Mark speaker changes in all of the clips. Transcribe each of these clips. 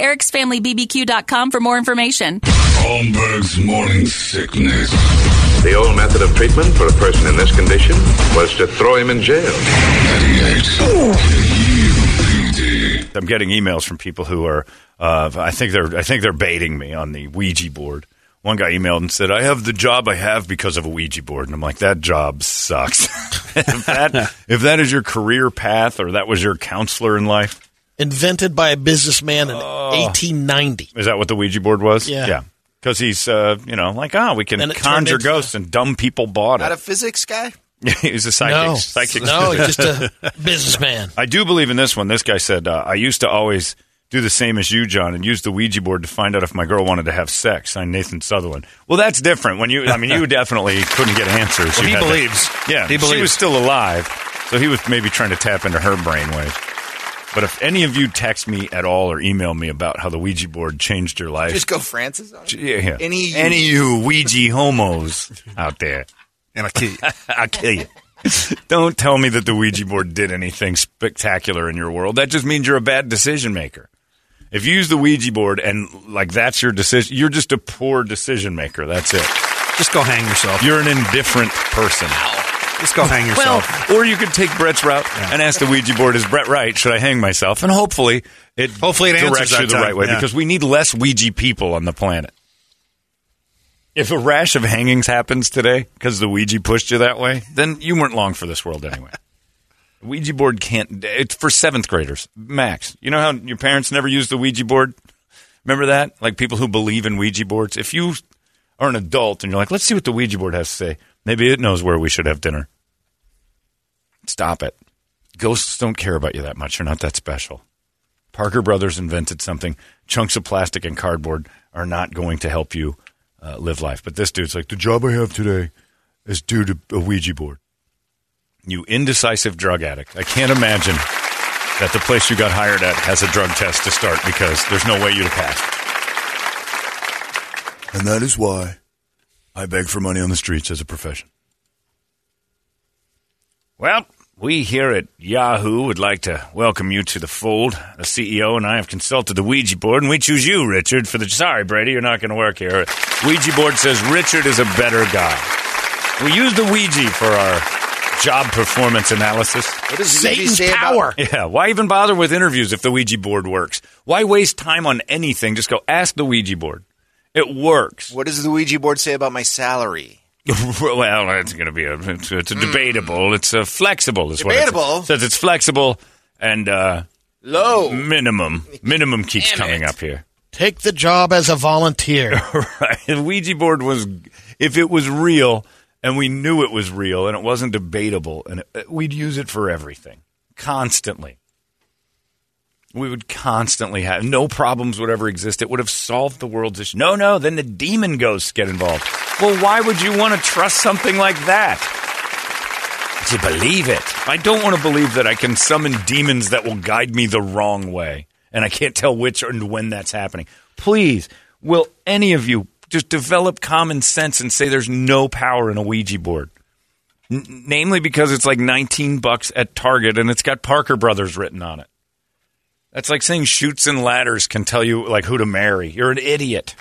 Speaker 1: ericsfamilybbq.com for more information.
Speaker 2: Holmberg's morning sickness.
Speaker 3: The old method of treatment for a person in this condition was to throw him in jail.
Speaker 2: 98. KUPD.
Speaker 4: I'm getting emails from people who are, uh, I think they're, I think they're baiting me on the Ouija board. One guy emailed and said, "I have the job I have because of a Ouija board," and I'm like, "That job sucks." if that if that is your career path or that was your counselor in life,
Speaker 5: invented by a businessman in
Speaker 4: Oh.
Speaker 5: 1890.
Speaker 4: is that what the Ouija board was?
Speaker 5: Yeah.
Speaker 4: yeah, because he's, uh, you know, like, ah, we can
Speaker 5: Then it turned
Speaker 4: conjure
Speaker 5: into-
Speaker 4: ghosts, and dumb people bought
Speaker 6: Not a
Speaker 4: it.
Speaker 6: physics guy?
Speaker 4: he's a psychic.
Speaker 5: No,
Speaker 4: psychic
Speaker 5: no, he's just a businessman.
Speaker 4: I do believe in this one. This guy said, uh, I used to always do the same as you, John, and use the Ouija board to find out if my girl wanted to have sex. Signed Nathan Sutherland. Well, that's different. When you, I mean, you definitely couldn't get answers. You
Speaker 7: Well, he
Speaker 4: had to-
Speaker 7: believes.
Speaker 4: yeah,
Speaker 7: He
Speaker 4: she
Speaker 7: believes.
Speaker 4: was still alive, so he was maybe trying to tap into her brainwave. But if any of you text me at all or email me about how the Ouija board changed your life,
Speaker 6: Just go Francis. on it?
Speaker 4: yeah, yeah.
Speaker 6: Any you.
Speaker 4: any you Ouija homos out there,
Speaker 7: And a key.
Speaker 4: I'll kill you. Don't tell me that the Ouija board did anything spectacular in your world. That just means you're a bad decision maker. If you use the Ouija board and like that's your decision, you're just a poor decision maker. That's it.
Speaker 7: Just go hang yourself.
Speaker 4: You're an indifferent person.
Speaker 7: Just go hang
Speaker 4: Well,
Speaker 7: yourself.
Speaker 4: or you could take Brett's route and ask the Ouija board, "Is Brett right? Should I hang myself?" And hopefully, it
Speaker 7: Hopefully it answers
Speaker 4: directs you
Speaker 7: that
Speaker 4: the
Speaker 7: time,
Speaker 4: right way
Speaker 7: yeah.
Speaker 4: because we need less Ouija people on the planet. If a rash of hangings happens today because the Ouija pushed you that way, then you weren't long for this world anyway. Ouija board can't. It's for seventh graders max. You know how your parents never used the Ouija board. Remember that? Like people who believe in Ouija boards. If you are an adult and you're like, let's see what the Ouija board has to say. Maybe it knows where we should have dinner. Stop it. Ghosts don't care about you that much. You're not that special. Parker Brothers invented something. Chunks of plastic and cardboard are not going to help you uh, live life. But this dude's like, the job I have today is due to a Ouija board. You indecisive drug addict. I can't imagine that the place you got hired at has a drug test to start because there's no way you'd have passed. And that is why I beg for money on the streets as a profession. Well, we here at Yahoo would like to welcome you to the fold. The CEO and I have consulted the Ouija board, and we choose you, Richard, for the. Sorry, Brady, you're not going to work here. Ouija board says Richard is a better guy. We use the Ouija for our job performance analysis.
Speaker 6: What does the
Speaker 5: Satan's
Speaker 6: say about-
Speaker 5: power.
Speaker 4: Yeah, why even bother with interviews if the Ouija board works? Why waste time on anything? Just go ask the Ouija board. It works.
Speaker 6: what does the Ouija board say about my salary?
Speaker 4: well, it's going to be a it's, it's a debatable. It's a flexible. Is What
Speaker 6: Mm. Debatable?
Speaker 4: it says. says it's flexible and uh,
Speaker 6: Low.
Speaker 4: minimum minimum keeps
Speaker 6: Damn
Speaker 4: coming
Speaker 6: it.
Speaker 4: up here.
Speaker 5: Take the job as a volunteer.
Speaker 4: right. The Ouija board was, if it was real and we knew it was real and it wasn't debatable, and it, uh, we'd use it for everything constantly. We would constantly have no problems would ever exist. It would have solved the world's issue. No, no, then the demon ghosts get involved. Well, why would you want to trust something like that? To believe it. I don't want to believe that I can summon demons that will guide me the wrong way. And I can't tell which and when that's happening. Please, will any of you just develop common sense and say there's no power in a Ouija board? N- namely because it's like 19 bucks at Target and it's got Parker Brothers written on it. That's like saying shoots and ladders can tell you like who to marry. You're an idiot.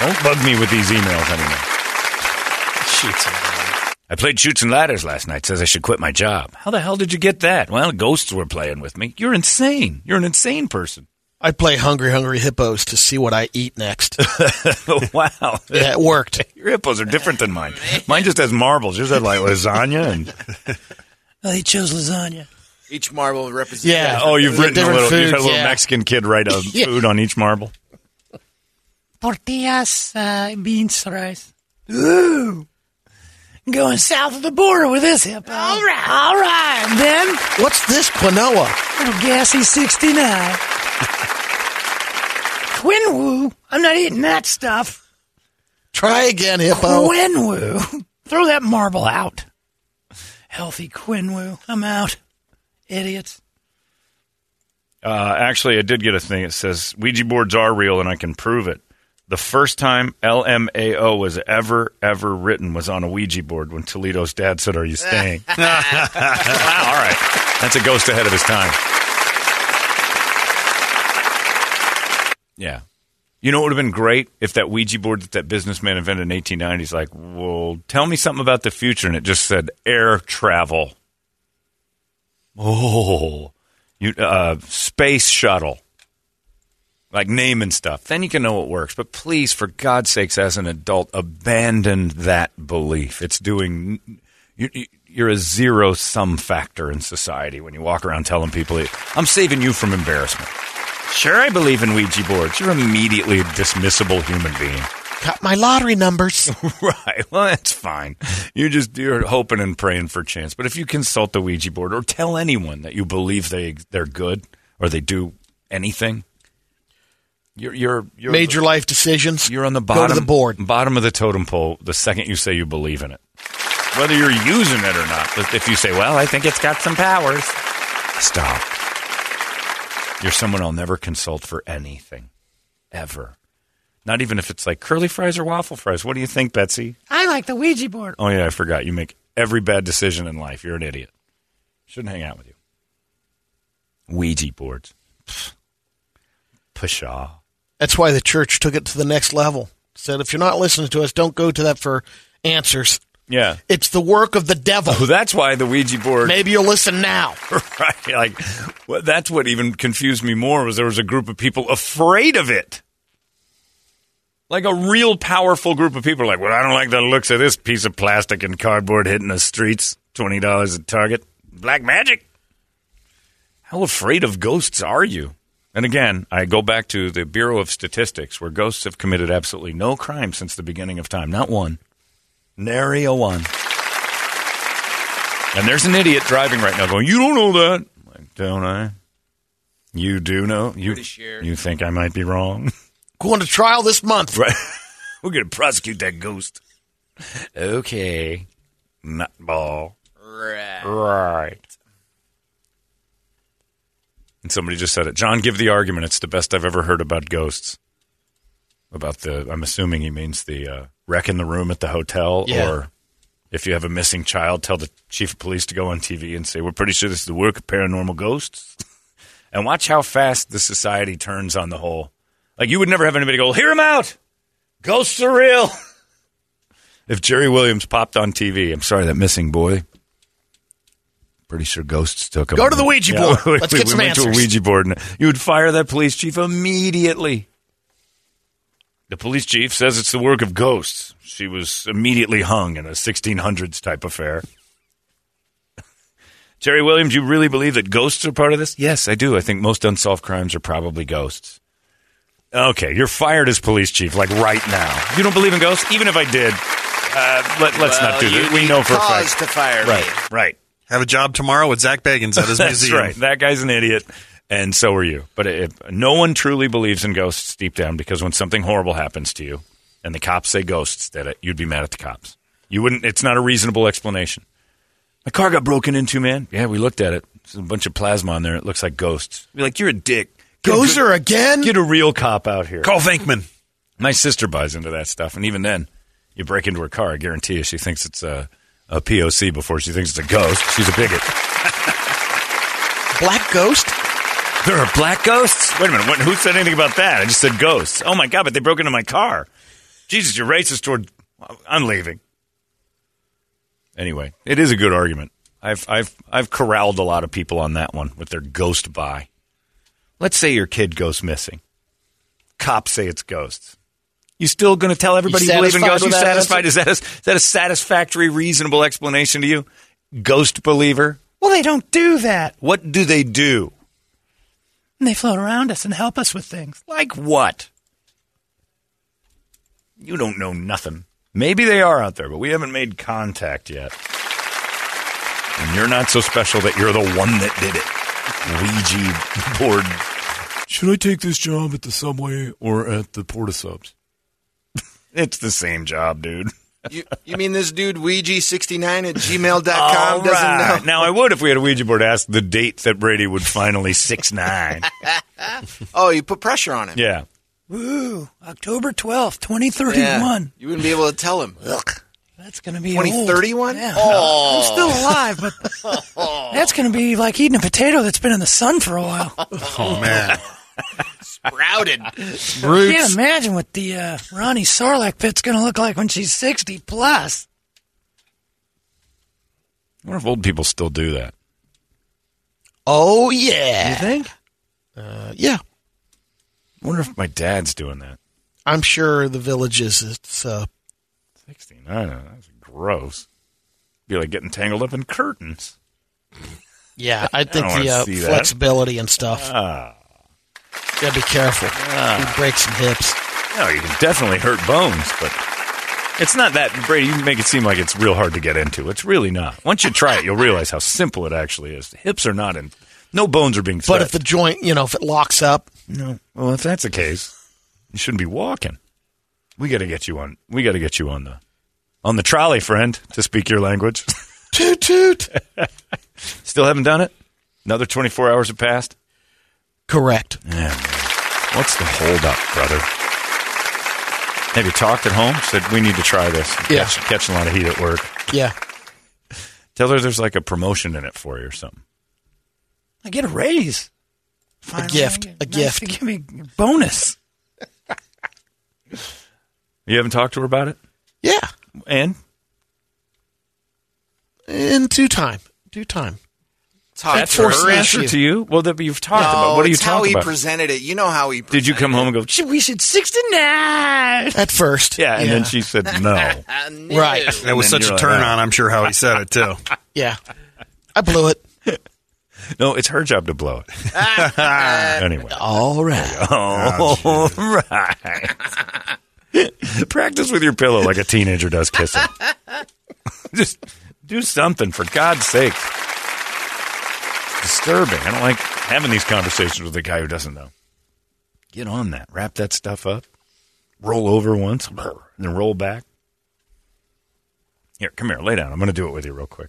Speaker 4: Don't bug me with these emails anymore.
Speaker 5: Shoots him.
Speaker 4: I played shoots and ladders last night. Says I should quit my job. How the hell did you get that? Well, ghosts were playing with me. You're insane. You're an insane person.
Speaker 5: I play Hungry Hungry Hippos to see what I eat next.
Speaker 4: Oh, wow.
Speaker 5: yeah, it worked.
Speaker 4: Your hippos are different than mine. Mine just has marbles. Yours had like lasagna and.
Speaker 5: Well, he chose lasagna.
Speaker 6: Each marble represents.
Speaker 5: Yeah.
Speaker 4: Oh, you've
Speaker 5: The
Speaker 4: written a
Speaker 5: different
Speaker 4: little. you've had a
Speaker 5: foods,
Speaker 4: little
Speaker 5: yeah.
Speaker 4: Mexican kid write a
Speaker 5: Yeah.
Speaker 4: food on each marble.
Speaker 8: tortillas, uh, beans, rice. Ooh. Going south of the border with this hip hop. All right. All right. Then,
Speaker 5: What's this, quinoa?
Speaker 8: little gassy 69. Quinwoo. I'm not eating that stuff.
Speaker 5: Try again,
Speaker 8: Oh.
Speaker 5: hippo.
Speaker 8: Quinwoo. Throw that marble out. Healthy Quinwoo. I'm out. Idiots.
Speaker 4: Uh, actually, I did get a thing. It says Ouija boards are real, and I can prove it. The first time LMAO was ever ever written was on a Ouija board when Toledo's dad said, "Are you staying?" wow, all right, that's a ghost ahead of his time. Yeah, you know what would have been great if that Ouija board that that businessman invented in 1890s, like, well, tell me something about the future, and it just said air travel. Oh, you uh, space shuttle, like name and stuff. Then you can know it works. But please, for God's sakes, as an adult, abandon that belief. It's doing you, you- you're a zero sum factor in society when you walk around telling people, "I'm saving you from embarrassment." Sure, I believe in Ouija boards. You're immediately a dismissible human being.
Speaker 5: Got my lottery numbers.
Speaker 4: Right. Well, that's fine. You're just you're hoping and praying for chance. But if you consult the Ouija board or tell anyone that you believe they they're good or they do anything, you're you're, you're
Speaker 5: Major life decisions.
Speaker 4: You're on the
Speaker 5: Go
Speaker 4: bottom
Speaker 5: to the board.
Speaker 4: bottom of the totem pole the second you say you believe in it, whether you're using it or not. But if you say, "Well, I think it's got some powers," stop. You're someone I'll never consult for anything, ever. Not even if it's like curly fries or waffle fries. What do you think, Betsy?
Speaker 8: I like the Ouija board.
Speaker 4: Oh yeah, I forgot. You make every bad decision in life. You're an idiot. Shouldn't hang out with you. Ouija boards. Pfft. Pshaw.
Speaker 5: That's why the church took it to the next level. Said, if you're not listening to us, don't go to that for answers.
Speaker 4: Yeah.
Speaker 5: It's the work of the devil.
Speaker 4: Well, that's why the Ouija board.
Speaker 5: Maybe you'll listen now.
Speaker 4: right? Like, well, that's what even confused me more was there was a group of people afraid of it. Like a real powerful group of people, like, well, I don't like the looks of this piece of plastic and cardboard hitting the streets. Twenty dollars at Target. Black magic. How afraid of ghosts are you? And again, I go back to the Bureau of Statistics, where ghosts have committed absolutely no crime since the beginning of time. Not one. Nary a one. And there's an idiot driving right now going, You don't know that. I'm like, don't I? You do know. You, you think I might be wrong?
Speaker 5: Going to trial this month.
Speaker 4: right. We're going to prosecute that ghost. Okay. Nutball.
Speaker 6: Right.
Speaker 4: Right. And somebody just said it. John, give the argument. It's the best I've ever heard about ghosts. About the, I'm assuming he means the uh, wreck in the room at the hotel,
Speaker 5: Yeah.
Speaker 4: or if you have a missing child, tell the chief of police to go on TV and say, "We're pretty sure this is the work of paranormal ghosts." and watch how fast the society turns on the whole. Like you would never have anybody go, "Hear him out, ghosts are real." if Jerry Williams popped on TV, I'm sorry that missing boy. Pretty sure ghosts took him.
Speaker 5: Go to the Ouija board.
Speaker 4: we-
Speaker 5: Let's get
Speaker 4: we
Speaker 5: some
Speaker 4: went to a
Speaker 5: answers.
Speaker 4: Ouija board, and you would fire that police chief immediately. The police chief says it's the work of ghosts. She was immediately hung in a 1600s type affair. Jerry Williams, you really believe that ghosts are part of this? Yes, I do. I think most unsolved crimes are probably ghosts. Okay, you're fired as police chief, like right now. You don't believe in ghosts? Even if I did, uh, let, let's
Speaker 6: Well,
Speaker 4: not do
Speaker 6: you
Speaker 4: that. We
Speaker 6: need
Speaker 4: know for a
Speaker 6: cause
Speaker 4: fact.
Speaker 6: to fire me.
Speaker 4: right, right.
Speaker 7: Have a job tomorrow with Zach Bagans at his
Speaker 4: That's
Speaker 7: museum.
Speaker 4: right. That guy's an idiot, and so are you. But if, no one truly believes in ghosts deep down because when something horrible happens to you and the cops say ghosts did it, you'd be mad at the cops. You wouldn't. It's not a reasonable explanation. My car got broken into, man. Yeah, we looked at it. There's a bunch of plasma on there. It looks like ghosts. Be like, you're a dick. Get a good-
Speaker 5: Gozer again?
Speaker 4: Get a real cop out here.
Speaker 7: Call Venkman.
Speaker 4: My sister buys into that stuff, and even then, you break into her car. I guarantee you, she thinks it's a, a POC before she thinks it's a ghost. She's a bigot.
Speaker 5: Black ghost?
Speaker 4: There are black ghosts? Wait a minute. What, who said anything about that? I just said ghosts. Oh my God, but they broke into my car. Jesus, you're racist toward. I'm leaving. Anyway, it is a good argument. I've, I've, I've corralled a lot of people on that one with their ghost buy. Let's say your kid goes missing. Cops say it's ghosts. You still going to tell everybody you, believe in
Speaker 5: satisfied
Speaker 4: ghosts? You
Speaker 5: with that
Speaker 4: satisfied? Is that, a, is that a satisfactory, reasonable explanation to you? Ghost believer?
Speaker 8: Well, they don't do that.
Speaker 4: What do they do?
Speaker 8: And they float around us and help us with things.
Speaker 4: Like what? You don't know nothing. Maybe they are out there, but we haven't made contact yet. And you're not so special that you're the one that did it. Ouija board. Should I take this job at the subway or at the Porta Subs? it's the same job, dude.
Speaker 6: You, you mean this dude, Ouija69 at gmail.com,
Speaker 4: All
Speaker 6: doesn't
Speaker 4: right.
Speaker 6: know?
Speaker 4: Now I would if we had a Ouija board ask the date that Brady would finally six nine.
Speaker 6: Oh, you put pressure on him.
Speaker 4: yeah.
Speaker 8: Ooh, October 12th,
Speaker 6: Yeah.
Speaker 8: 2031.
Speaker 6: You wouldn't be able to tell him.
Speaker 8: That's going to be old.
Speaker 6: 2031?
Speaker 8: Yeah.
Speaker 6: Oh.
Speaker 8: I'm still alive, but that's going to be like eating a potato that's been in the sun for a while.
Speaker 7: Oh man,
Speaker 6: Routed.
Speaker 5: Roots.
Speaker 8: Can't imagine what the uh, Ronnie Sarlacc pit's going to look like when she's 60 plus.
Speaker 4: I wonder if old people still do that.
Speaker 5: Oh yeah,
Speaker 8: You think?
Speaker 5: Uh, yeah.
Speaker 4: I wonder if my dad's doing that.
Speaker 5: I'm sure the villages. It's uh,
Speaker 4: 69. That's gross. Be like getting tangled up in curtains.
Speaker 5: yeah. I think
Speaker 4: wanna
Speaker 5: the uh,
Speaker 4: see that. Ah.
Speaker 5: flexibility and stuff. Gotta be careful. You break some hips.
Speaker 4: No, Oh, you can definitely hurt bones, but it's not that Brady. You make it seem like it's real hard to get into. It's really not. Once you try it, you'll realize how simple it actually is. The hips are not in. No bones are being.
Speaker 5: But
Speaker 4: Threaded.
Speaker 5: if the joint, you know, if it locks up,
Speaker 4: no, well, if that's the case, you shouldn't be walking. We got to get you on. We got to get you on the on the trolley, friend, to speak your language.
Speaker 5: toot toot.
Speaker 4: Still haven't done it. Another twenty four hours have passed.
Speaker 5: Correct.
Speaker 4: Yeah. What's the holdup, brother? Have you talked at home? Said we need to try this.
Speaker 5: Yeah.
Speaker 4: Catch- catching a lot of heat at work.
Speaker 5: Yeah.
Speaker 4: Tell her there's like a promotion in it for you or something.
Speaker 8: I get a raise. Finally,
Speaker 5: gift. A
Speaker 8: nice
Speaker 5: gift.
Speaker 8: to Give me a bonus.
Speaker 4: You haven't talked to her about it,
Speaker 5: Yeah.
Speaker 4: and
Speaker 5: In due time. Due time.
Speaker 6: Talk
Speaker 4: that's
Speaker 6: to
Speaker 4: her
Speaker 5: forced
Speaker 6: her.
Speaker 4: answer
Speaker 5: issue.
Speaker 4: to you. Well, that you've talked
Speaker 6: No,
Speaker 4: about. What are you
Speaker 6: it's how
Speaker 4: talking
Speaker 6: he
Speaker 4: about?
Speaker 6: presented it. You know how he
Speaker 4: Did you come home and go? "Sh-"
Speaker 8: Should- We should 69.
Speaker 5: At first.
Speaker 4: Yeah, and then she said no.
Speaker 6: presented
Speaker 5: Right.
Speaker 7: that was
Speaker 4: And then
Speaker 7: such a
Speaker 4: you're like,
Speaker 7: turn
Speaker 4: "Ah."
Speaker 7: on. I'm sure how he said it too.
Speaker 5: Yeah. I blew it.
Speaker 4: no, it's her job to blow it. anyway,
Speaker 5: All right.
Speaker 4: all right. Practice with your pillow like a teenager does kissing. Just do something for God's sake. Disturbing. I don't like having these conversations with a guy who doesn't know. Get on that. Wrap that stuff up. Roll over once, and then roll back. Here, come here. Lay down. I'm going to do it with you real quick.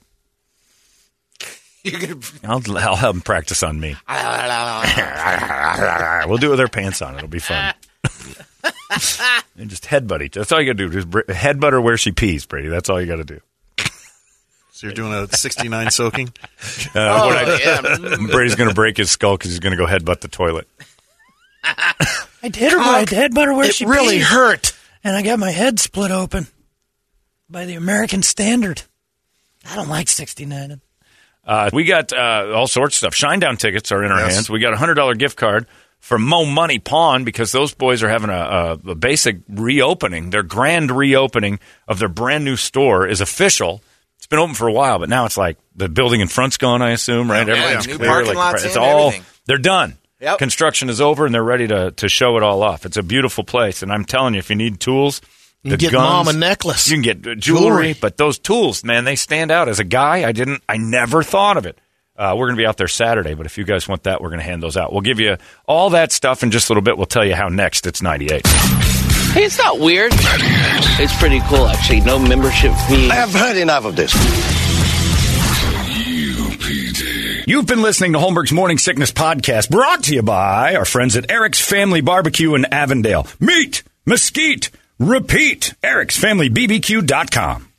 Speaker 6: You're going
Speaker 4: I'll, I'll have him practice on me.
Speaker 6: to.
Speaker 4: we'll do it with our pants on. It'll be fun. and just headbutt each. That's all you got to do. Just br- headbutt her where she pees, Brady. That's all you got to do.
Speaker 7: So you're doing a 69 soaking.
Speaker 4: Uh, what I-
Speaker 6: Yeah.
Speaker 4: Brady's going to break his skull because he's going to go headbutt the toilet.
Speaker 8: I hit her by the head butter where
Speaker 5: It
Speaker 8: she
Speaker 5: really
Speaker 8: peed,
Speaker 5: hurt.
Speaker 8: and I got my head split open by the American standard. I don't like 69.
Speaker 4: Uh, we got uh, all sorts of stuff. Shinedown tickets are in our
Speaker 7: Yes.
Speaker 4: hands. We got a hundred dollar gift card from Mo Money Pawn because those boys are having a, a, a basic reopening. Their grand reopening of their brand new store is official. It's been open for a while, but now it's like the building in front's gone. I assume, right?
Speaker 7: Yeah,
Speaker 4: Everything's
Speaker 6: new
Speaker 4: clear.
Speaker 6: parking
Speaker 4: like,
Speaker 6: lot's
Speaker 4: it's
Speaker 6: in,
Speaker 4: all
Speaker 6: everything.
Speaker 4: they're done.
Speaker 6: Yep.
Speaker 4: Construction is over, and they're ready to to show it all off. It's a beautiful place, and I'm telling you, if you need tools,
Speaker 5: You
Speaker 4: the
Speaker 5: can get
Speaker 4: guns,
Speaker 5: mom a necklace.
Speaker 4: you can get jewelry,
Speaker 5: Jewelry.
Speaker 4: but those tools, man, they stand out. As a guy, I didn't, I never thought of it. Uh, we're going to be out there Saturday, but if you guys want that, we're going to hand those out. We'll give you all that stuff in just a little bit. We'll tell you how next. It's 98.
Speaker 9: Hey, it's not weird. It's pretty cool, actually. No membership fee.
Speaker 10: I've heard enough of this.
Speaker 2: UPD.
Speaker 4: You've been listening to Holmberg's Morning Sickness Podcast, brought to you by our friends at Eric's Family Barbecue in Avondale. Meet, mesquite, repeat. Eric'sFamilyBBQ.com.